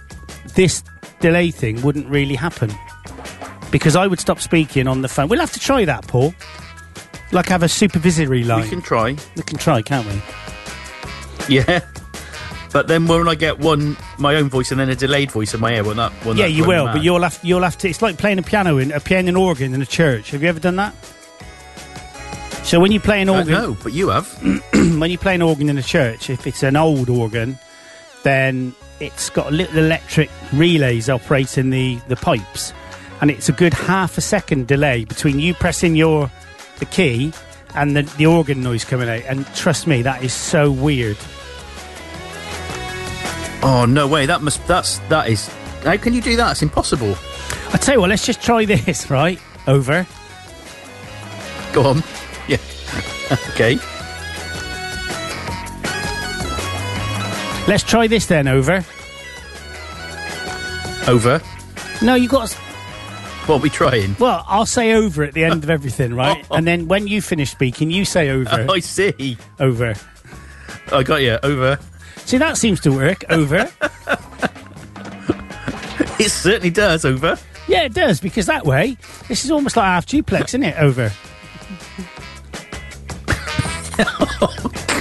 this delay thing wouldn't really happen. Because I would stop speaking on the phone. We'll have to try that, Paul. Like have a supervisory line. We can try. we can try, can't we? Yeah. But then when I get one, my own voice and then a delayed voice in my ear, when that one. Yeah, you will, but you'll have you'll have to. It's like playing a piano in a piano and organ in a church. Have you ever done that? So when you play an Uh, organ, no, but you have. when you play an organ in a church, if it's an old organ, then it's got little electric relays operating the the pipes, and it's a good half a second delay between you pressing your the key and the, the organ noise coming out. And trust me, that is so weird. Oh no way! That must. That's that is. How can you do that? It's impossible. <laughs> I tell you what, let's just try this, right? Over. Go on. <laughs> Yeah. okay. Let's try this then, over. Over. No, you got. To, What are we trying? well, I'll say over at the end of everything, right? And then when you finish speaking, you say over. <laughs> I see. over. I got you. Over. See, that seems to work. Over. It certainly does. Over. <laughs> yeah, it does, because that way, this is almost like half duplex, isn't it? Over.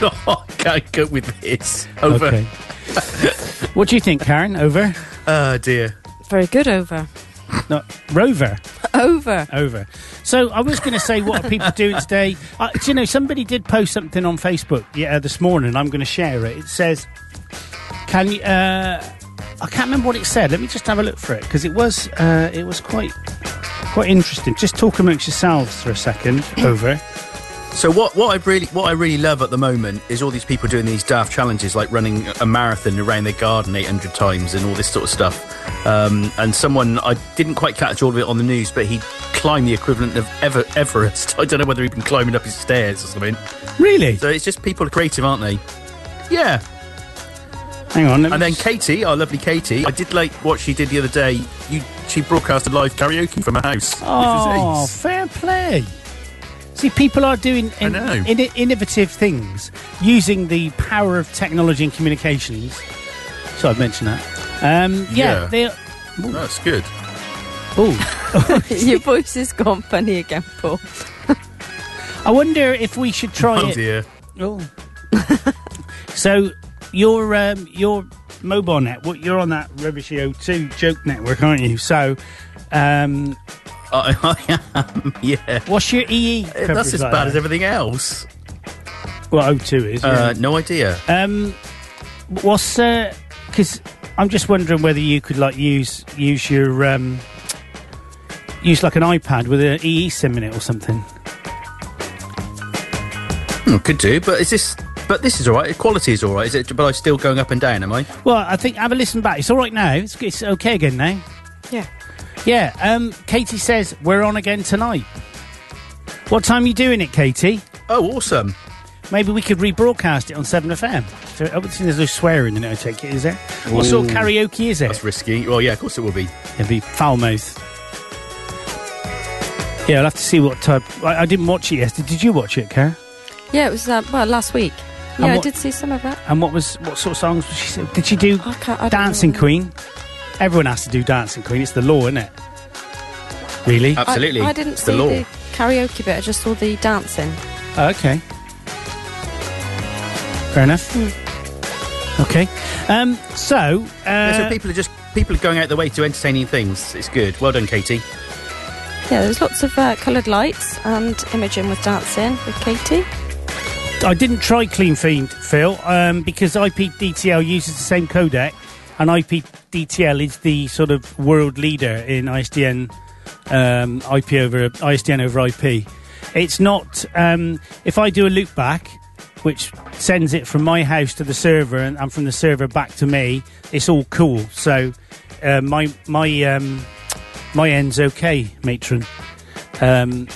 God, I can't cope with this. Over. Okay. what do you think, Karen? Over? Oh, dear. Very good over. No, Rover. Over. Over. So I was going to say, what are people doing today? Uh, do you know, somebody did post something on Facebook yeah, this morning. I'm going to share it. It says, "Can you?" Uh, I can't remember what it said. Let me just have a look for it because it was uh, it was quite quite interesting. Just talk amongst yourselves for a second. Over. So what, what I really what I really love at the moment is all these people doing these daft challenges like running a marathon around their garden 800 times and all this sort of stuff. Um, and someone I didn't quite catch all of it on the news, but he climbed the equivalent of Ever- Everest. <laughs> I don't know whether he'd been climbing up his stairs or something. Really? So it's just people are creative, aren't they? Yeah. Hang on. let me And then just- Katie, our lovely Katie, I did like what she did the other day. You, she broadcast a live karaoke from her house. which Oh, was ace. fair play. See, people are doing in, know. in, innovative things using the power of technology and communications. So I'd mention that. Um, yeah, Yeah. they. that's good. Oh, <laughs> Your voice has gone funny again, Paul. I wonder if we should try Oh it. dear. Oh. <laughs> so your um, your mobile network, you're on that rubbishy O2 joke network, aren't you? So. Um, I, <laughs> I am. Yeah. what's your EE? Eh, That's coverage as like bad as that? everything else. Well, O2 is. yeah. Uh, no idea. Um, what's because I'm just wondering whether you could like use use your um, use like an iPad with an EE SIM in it or something. Hmm, could do, but is this? But this is all right. Quality is all right. Is it? But I'm still going up and down. Am I? Well, I think have a listen back. It's all right now. It's, it's okay again now. Yeah. Yeah. Um, Katie says we're on again tonight. What time are you doing it, Katie? Oh, awesome. Maybe we could rebroadcast it on Seven FM. So, I don't think there's no swearing in it. I take it, is there? What sort of Ooh. karaoke is it? That's risky. Well, yeah, of course it will be. It'd be foul mouth. Yeah, I'll have to see what type. I, I didn't watch it yesterday. Did you watch it, Karen? Yeah, it was uh, well last week. And Yeah, I what- did see some of that. And what was what sort of songs was she? Did she do I can't- I don't Dancing know. Queen? Everyone has to do Dancing Queen. It's the law, isn't it? Really? I- Absolutely. I, didn't it's see the law. the karaoke bit. I just saw the dancing. Oh, okay. Fair enough. Hmm. Okay. Um, so, uh, Yeah, so people are just people are going out their way to entertaining things. It's good. Well done, Katie. Yeah, there was lots of uh, coloured lights, and Imogen was dancing with Katie. I didn't try Clean Fiend, Phil, um, because IPDTL uses the same codec, and IPDTL is the sort of world leader in ISDN, um, IP over ISDN over IP. It's not. Um, if I do a loop back, which sends it from my house to the server and, and from the server back to me, it's all cool. So uh, my my um, my end's okay, matron. Um,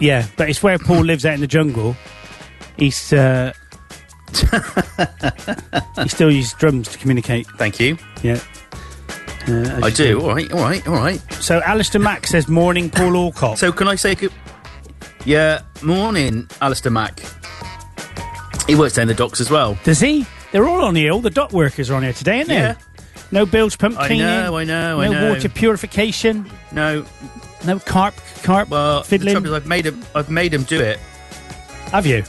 yeah, but it's where Paul lives out in the jungle. He's uh, <laughs> he still uses drums to communicate. Thank you. Yeah, Uh, as I you do. All right. All right. All right. do. So Alistair Mack says, "Morning, Paul Alcott." So can I say good? Yeah. Morning, Alistair Mack. He works down the docks as well. does he? They're all on here. All the dock workers are on here today, aren't they? Yeah. No bilge pump I cleaning. know, I know, No I know. water purification. No, No carp. Carp. well, fiddling. the trouble is I've made him. I've made him do it. Have you?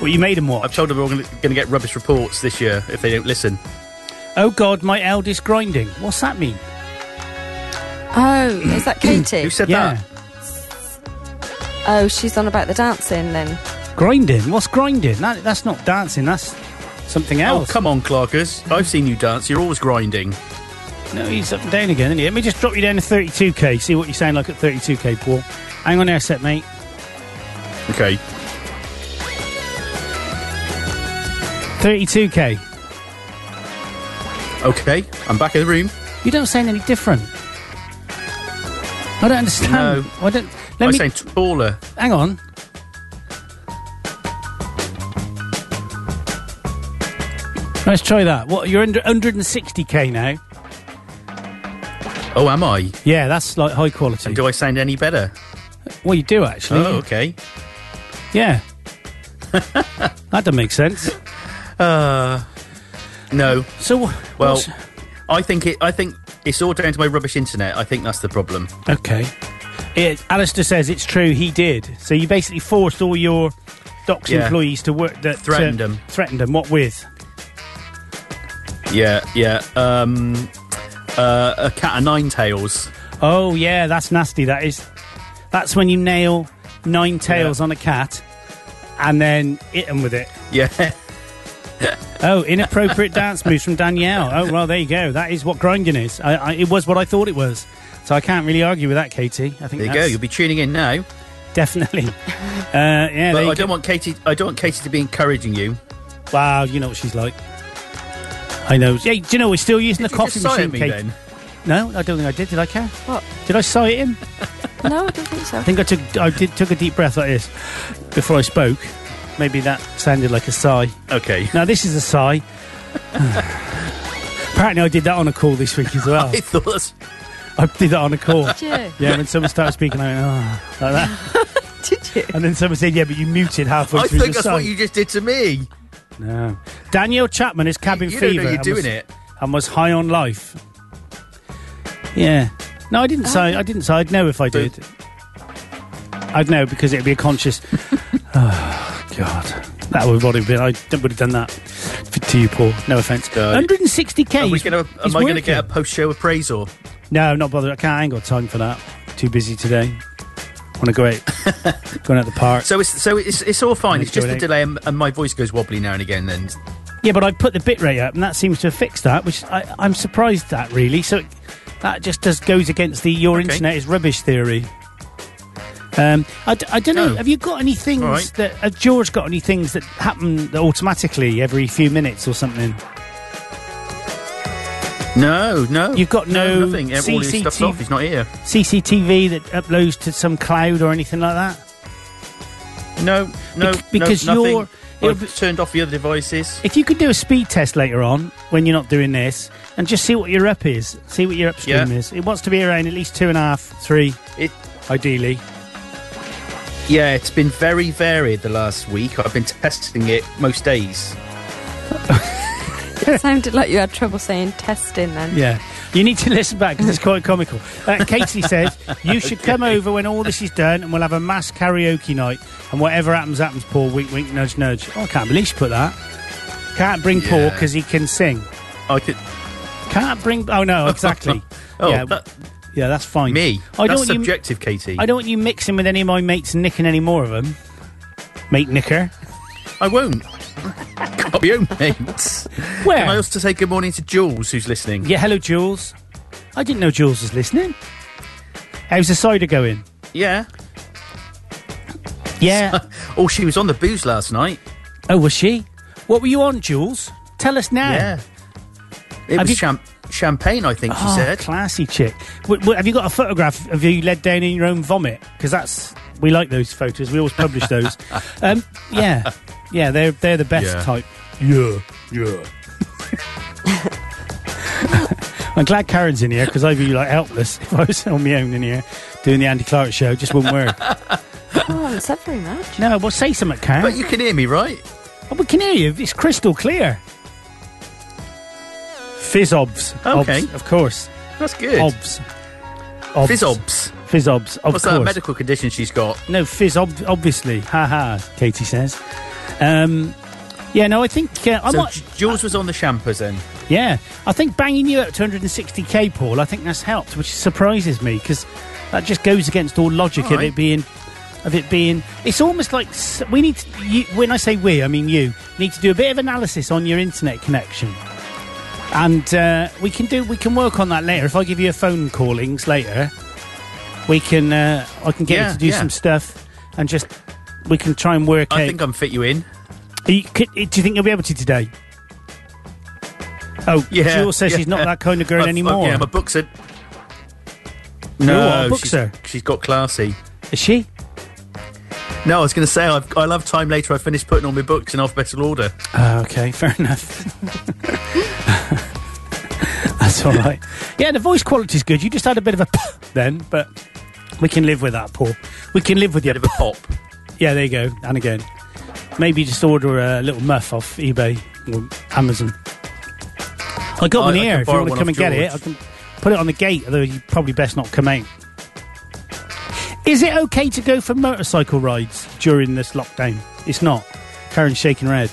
Well, you made him watch. I've told them we're going to get rubbish reports this year if they don't listen. Oh God, my eldest grinding. What's that mean? Oh, <clears throat> is that Katie? Who said yeah, that? oh, she's on about the dancing then. grinding. What's grinding? That, that's not dancing. That's something Oh, else. come on, Clarkers. I've seen you dance. You're always grinding. No, he's up and down again, isn't he? Let me just drop you down to 32k, see what you sound like at 32k, Paul. Hang on there a sec, mate. Okay. 32k. Okay. I'm back in the room. You don't sound any different. I don't understand. No. I don't. Let me. I sound taller. Hang on. Let's try that. What you're under 160k now? Oh, am I? Yeah, that's like high quality. And do I sound any better? Well, you do actually. Oh, okay. Yeah. <laughs> that doesn't make sense. No. So, wha- Well, what's- I think it. I think it's all down to my rubbish internet. I think that's the problem. okay. It, Alistair says it's true. He did. So you basically forced all your Docs Yeah. employees to work. That Threatened uh, 'em. Threatened them. What with? Yeah, yeah. Um, uh, a cat of nine tails. <laughs> Oh yeah, that's nasty. That is. That's when you nail nine tails on a cat, and then hit them with it. Yeah. Oh, <laughs> inappropriate dance moves from Danielle. Oh well, there you go. That is what grinding is. I, I, it was what I thought it was. So I can't really argue with that, Katie. I think There you go. that's You'll be tuning in now. <laughs> definitely. Uh, yeah, there But you go. I don't want Katie. I don't want Katie to be encouraging you. Wow, you know what she's like. I know. Yeah, do you know we're still using the You coffee just machine? sigh at me Kate. then. No, I don't think I did. Did I care? What? Did I sigh at him? No, I don't think so. I think I took I did took a deep breath like this before I spoke. Maybe that sounded like a sigh. Okay. Now this is a sigh. <sighs> Apparently, I did that on a call this week as well. <laughs> I thought that's- I did that on a call. Did Yeah, when someone started speaking, I went, oh, like that. you? Did you? And then someone said, yeah, but you muted halfway I through think the that's song. what you just did to me. No. Daniel Chapman is cabin you don't fever. know you're and doing was- it. And was high on life. Yeah. No, I didn't say. I didn't say. I'd know if I Boo. did. I'd know because it'd be a conscious. <sighs> oh God, that would what it'd been. I would have done that for, to you, Paul. No offense. God. 160k. Are we is- gonna? is Am I going to working. get a post-show appraisal? No, I'm not bothered. I can't. I ain't got time for that. Too busy today. Want to go <laughs> out? going out the park. So it's so it's, it's all fine. It's just Enjoy the it. delay, and, and my voice goes wobbly now and again. Then Yeah, but I put the bitrate up, and that seems to have fixed that, which I, I'm surprised at, really. So it, that just does, goes against the your Okay. internet is rubbish theory. Um, I, d- I don't know. Oh. Have you got any things All right. that have George got any things that happen that automatically every few minutes or something? no, no, You've got no nothing. All his stuff's CCTV. off. He's not here. CCTV that uploads to some cloud or anything like that? No, no, Bec- because no, nothing. you're- it'll I've be- turned off the other devices. If you could do a speed test later on when you're not doing this, and just see what your up is, see what your upstream Yeah. is. It wants to be around at least two and a half, three, It, ideally. yeah, it's been very varied the last week. I've been testing it most days. It sounded like you had trouble saying testing then. Yeah. You need to <laughs> listen back because it's quite comical. Uh, <laughs> Katie says, You should come over when all this is done and we'll have a mass karaoke night. And whatever happens, happens, Paul. Wink, wink, nudge, nudge. Oh, I can't believe she put that. Can't bring Paul Yeah. because he can sing. I could Can't bring. Oh, no, exactly. <laughs> Oh, yeah, that- yeah, that's fine. me. I don't, That's want you, subjective, Katie. I don't want you mixing with any of my mates and nicking any more of them. Mate Nicker. I won't. <laughs> Copy your <laughs> mates. Can I Where? also say good morning to Jules, who's listening? Yeah, hello, Jules. I didn't know Jules was listening. How's the cider going? Yeah. <laughs> Yeah. Oh, she was on the booze last night. Oh, was she? What were you on, Jules? Tell us now. Yeah. It Have was you- champ- champagne, I think she Oh, said. classy chick. W- w- have you got a photograph of you led down in your own vomit? Because that's we like those photos. We always publish <laughs> those. um, yeah, yeah, they're they're the best Yeah. type. Yeah, yeah. I'm glad Karen's in here because I'd be like helpless <laughs> if I was on my own in here doing the Andy Clark show. Just wouldn't <laughs> work. Oh, I haven't said very much. no, well, say something, But Karen. you can hear me, right? Oh, we can hear you. It's crystal clear. Fizzobs. Okay. Obs, of course. That's good. Oh, Obs. Obs. Fizzobs. Fizzobs, of What's course. that medical condition she's got? No, fizz, ob- obviously. Ha ha, Katie says. Um, yeah, no, I think uh, I so might. J- Jules was on the champers then. Yeah, I think banging you up to 160k, Paul. I think that's helped, which surprises me because that just goes against all logic of All it right. being, of it being. It's almost like s- we need. To, you, when I say we, I mean you need to do a bit of analysis on your internet connection, and uh, we can do. We can work on that later. If I give you a phone callings later, we can. Uh, I can get you Yeah, to do yeah. some stuff and just. We can try and work I out. think I'm fit you in. Are you, could, do you think you'll be able to today? Oh, Yeah, Jewel says she's not yeah. that kind of girl I've- I've- anymore. Yeah, my books are. No, what, books she's, her? she's got classy. Is she? No, I was going to say I've, I'll have time later. I finished putting all my books in alphabetical order. Ah, <laughs> okay, fair enough. <laughs> That's all right. Yeah, the voice quality's good. You just had a bit of a <laughs> then, but we can live with that, Paul. We can live with the <laughs> Bit of a pop. Yeah, there you go. And again, maybe just order a little muff off eBay or Amazon. I got I- one I here. can If you borrow want to one come and off get it, I George. can put it on the gate. Although you probably best not come out. Is it okay to go for motorcycle rides during this lockdown? It's not. Karen's shaking her head.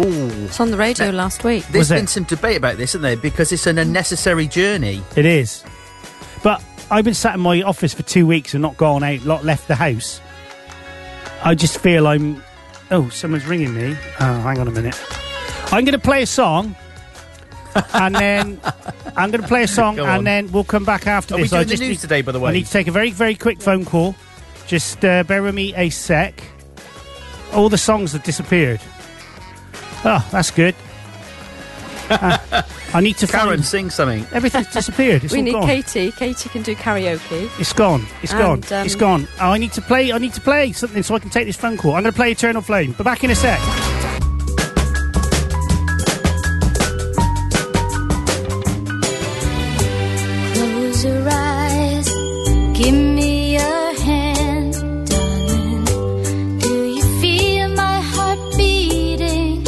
Ooh. It's on the radio last week. There's Was it? been some debate about this, isn't there? Because it's an unnecessary journey. It is. But I've been sat in my office for two weeks and not gone out, not left the house. I just feel I'm. Oh, someone's ringing me. Oh, hang on a minute. I'm going to play a <laughs> song. and then I'm going to play a song, Go and on. then we'll come back after Are we this. doing the news today, by the way? I need to take a very, very quick phone call. Just uh, bear with me a sec. All the songs have disappeared. Oh, that's <laughs> good. Uh, I need to Karen, find sing something. <laughs> everything's disappeared. It's we all need gone. Katie. Katie can do karaoke. It's gone. It's gone. And, um, it's gone. Oh, I need to play. I need to play something so I can take this phone call. I'm going to play Eternal Flame. But back in a sec. Close your eyes, give me your hand, darling. Do you feel my heart beating?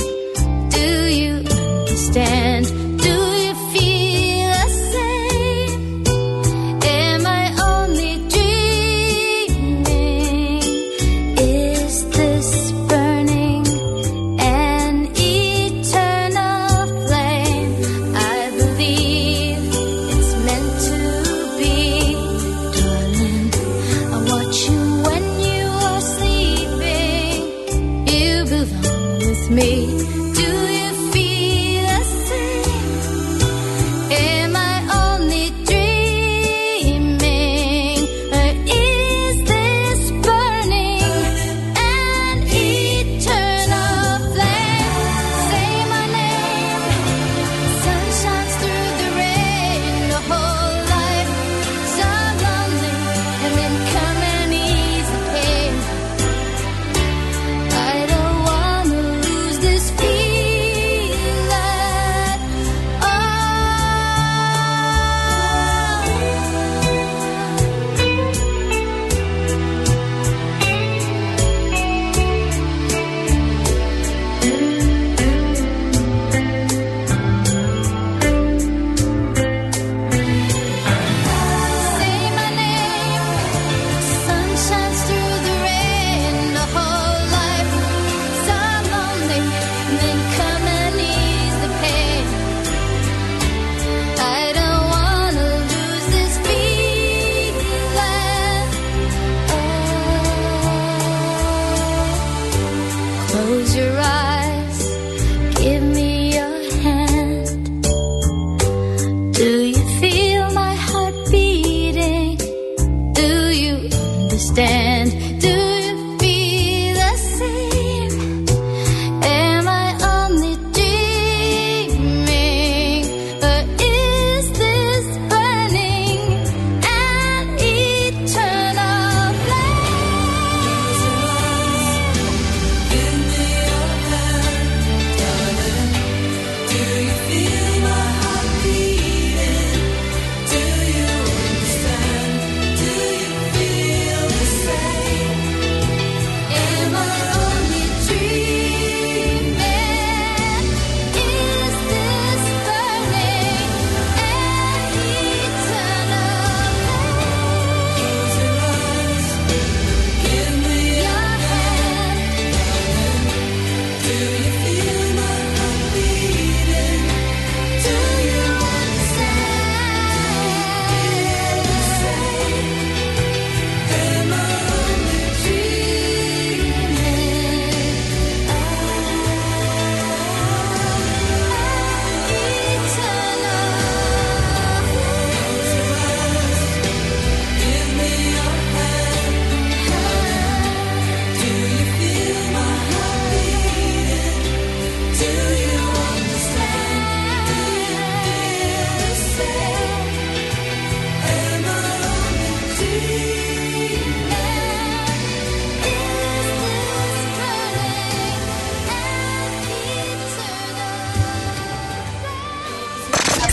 Do you understand? Do you feel the same? Am I only dreaming? Is this burning an eternal flame? I believe it's meant to be, darling. I watch you when you are sleeping. You belong with me. Do you feel the same? Oh. Oh.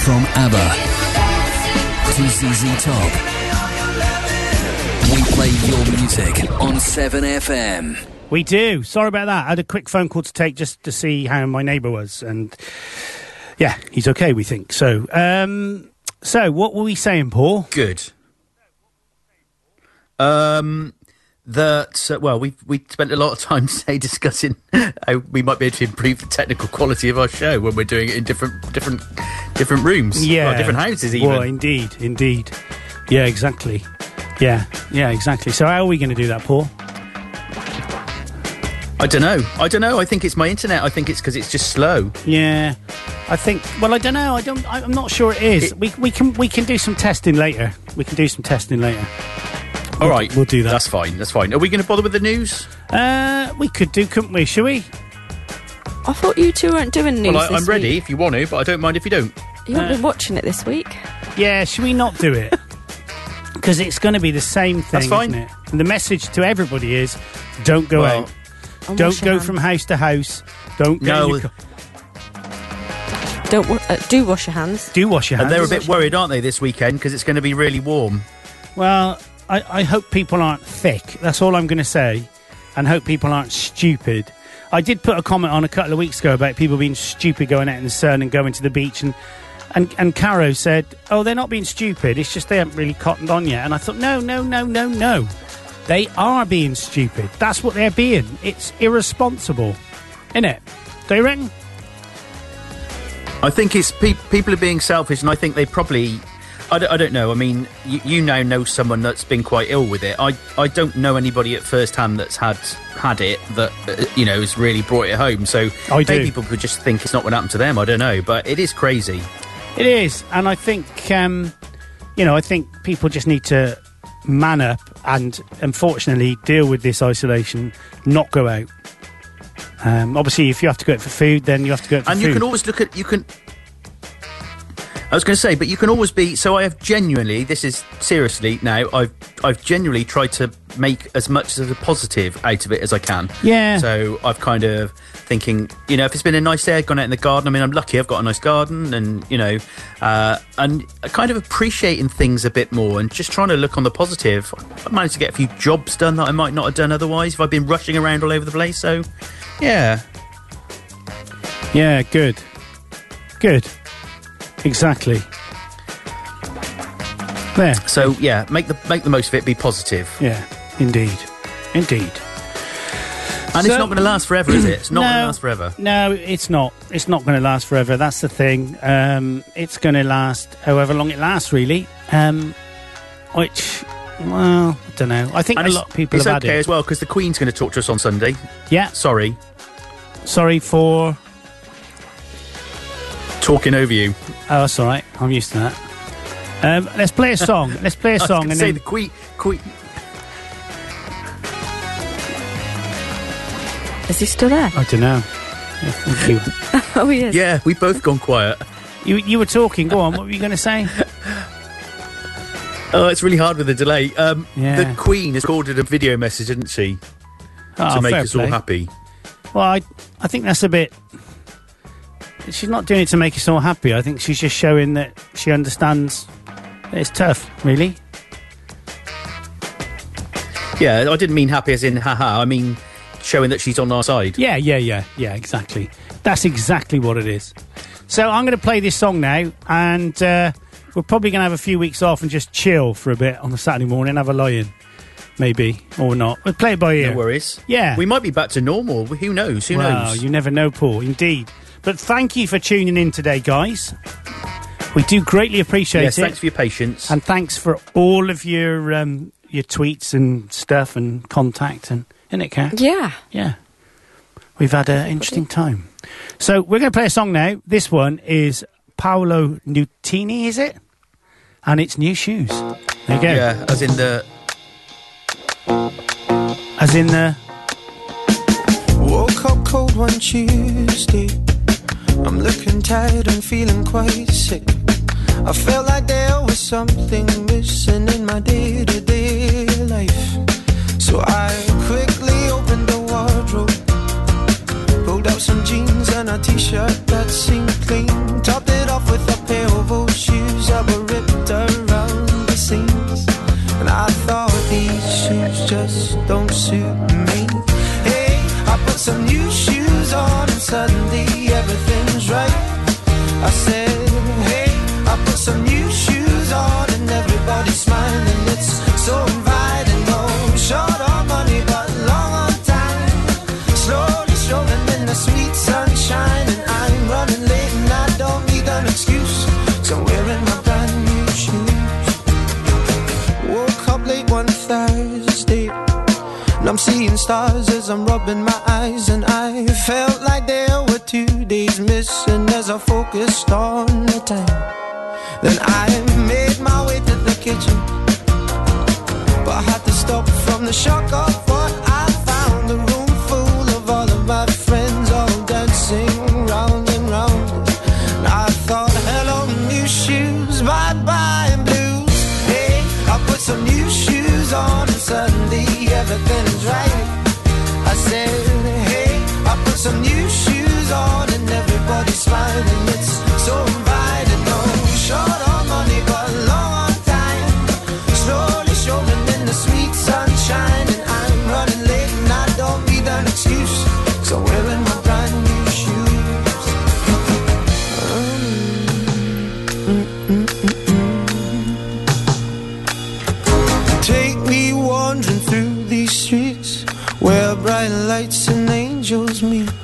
From ABBA to ZZ Top. We play your music on 7FM. We do. Sorry about that. I had a quick phone call to take just to see how my neighbour was, and yeah, he's okay. We think so. Um, so, what were we saying, Paul? Good. Um, that uh, well, we we spent a lot of time <laughs> today discussing how we might be able to improve the technical quality of our show when we're doing it in different different different rooms, Yeah, Well, different houses even. Well, indeed, indeed. Yeah, exactly. Yeah, yeah, exactly. So, how are we going to do that, Paul? I don't know. I don't know. I think it's my internet. I think it's because it's just slow. Yeah, I think. Well, I don't know. I don't. I- I'm not sure it is. It- we we can we can do some testing later. We can do some testing later. All right, we'll do that. That's fine. That's fine. Are we going to bother with the news? Uh, we could do, couldn't we? Should we? I thought you two weren't doing news. Well, I, I'm this ready Uh, week. if you want to, but I don't mind if you don't. You haven't been watching it this week. Yeah, should we not do <laughs> it? Because it's going to be the same thing, That's fine. isn't it? And the message to everybody is: don't go Well, out. I'm Don't washing go hands. from house to house. Don't get in No, your ca- Don't wa- uh, do wash your hands. do wash your and hands. they're a bit worried, aren't they, this weekend because it's going to be really warm. Well, I, I hope people aren't thick. That's all I'm going to say. And hope people aren't stupid. I did put a comment on a couple of weeks ago about people being stupid going out in the sun and going to the beach. And, and, and Caro said, Oh, they're not being stupid. It's just they haven't really cottoned on yet. And I thought, No, no, no, no, no. They are being stupid. That's what they're being. It's irresponsible. Innit? Do you reckon? I think it's pe- people are being selfish, and I think they probably. I don't, I don't know. I mean, you, you now know someone that's been quite ill with it. I, I don't know anybody at first hand that's had had it that uh, you know has really brought it home. So I maybe do. people could just think it's not what happened to them. I don't know, but it is crazy. It is, and I think um, you know, I think people just need to man up and unfortunately deal with this isolation, not go out. Um, obviously, if you have to go out for food, then you have to go out for and food. you can always look at you can I was going to say, but you can always be. So I have genuinely, this is seriously now. I've I've genuinely tried to make as much of a positive out of it as I can. Yeah. So I've kind of thinking, you know, if it's been a nice day, I've gone out in the garden. I mean, I'm lucky. I've got a nice garden, and you know, uh, and kind of appreciating things a bit more, and just trying to look on the positive. I managed to get a few jobs done that I might not have done otherwise if I've been rushing around all over the place. So, yeah, yeah, good, good, exactly. There, So yeah, make the make the most of it. Be positive, yeah, indeed, indeed. and So- it's not going to last forever, is it? It's not going to last forever. No, it's not. It's not going to last forever. That's the thing. Um, it's going to last however long it lasts, really. Um, which, well, I don't know. I think And a it's- lot of people it's have okay had as well because the Queen's going to talk to us on Sunday. it. Yeah. Sorry, Sorry for. talking over you. Oh, that's all right. I'm used to that. Um, let's play a <laughs> song. let's play a I was song gonna and say then the Queen. Queen. Is he still there? I don't <laughs> know. Yeah, thank you. <laughs> Oh, he is. Yeah, we've both gone quiet. you. You were talking. Go on. What were you going to say? Oh, it's really hard with the delay. Um, Yeah. The Queen has ordered a video message, didn't she, to Oh, make fair us play. all happy? Well, I, I think that's a bit. She's not doing it to make us all happy. I think she's just showing that she understands that it's tough, really. Yeah, I didn't mean happy as in haha. I mean showing that she's on our side. Yeah, yeah, yeah, yeah, exactly. That's exactly what it is. So I'm going to play this song now, and uh, we're probably going to have a few weeks off and just chill for a bit on the Saturday morning, have a lie in, maybe, or not. We'll play it by ear. No worries. Yeah. we might be back to normal. Who knows? Who Wow, knows? you never know, Paul. Indeed. But thank you for tuning in today, guys. We do greatly appreciate yes, it. thanks for your patience. And thanks for all of your um, your tweets and stuff and contact and in it, Kat. Yeah. Yeah, we've had an interesting time. So we're going to play a song now. This one is Paolo Nutini, is it? And it's new shoes. There you go. yeah, as in the As in the Woke up cold one Tuesday. I'm looking tired and feeling quite sick. I felt like there was something missing in my day to day life. So I quickly opened the wardrobe, pulled out some jeans and a t shirt that seemed clean, topped it off with a pair of overalls. Oh, excuse. So I'm wearing my brand new shoes. Woke up late one Thursday. And I'm seeing stars as I'm rubbing my eyes, and I felt like there were two days missing as I focused on the time. Then I made my way to the kitchen, but I had to stop from the shock of what I found. A room full of all of my friends, all dancing round and round. And I thought, hello, new shoes, bye bye, blues. Hey, I put some new shoes on, and suddenly everything's right. I said, hey, I put some new shoes on and everybody's smiling. It's so inviting. No short on money, but long on time. Slowly showing in the sweet sunshine. And I'm running late and I don't need an excuse. So I'm wearing my brand new shoes. Take me wandering through these streets where bright lights and angels meet.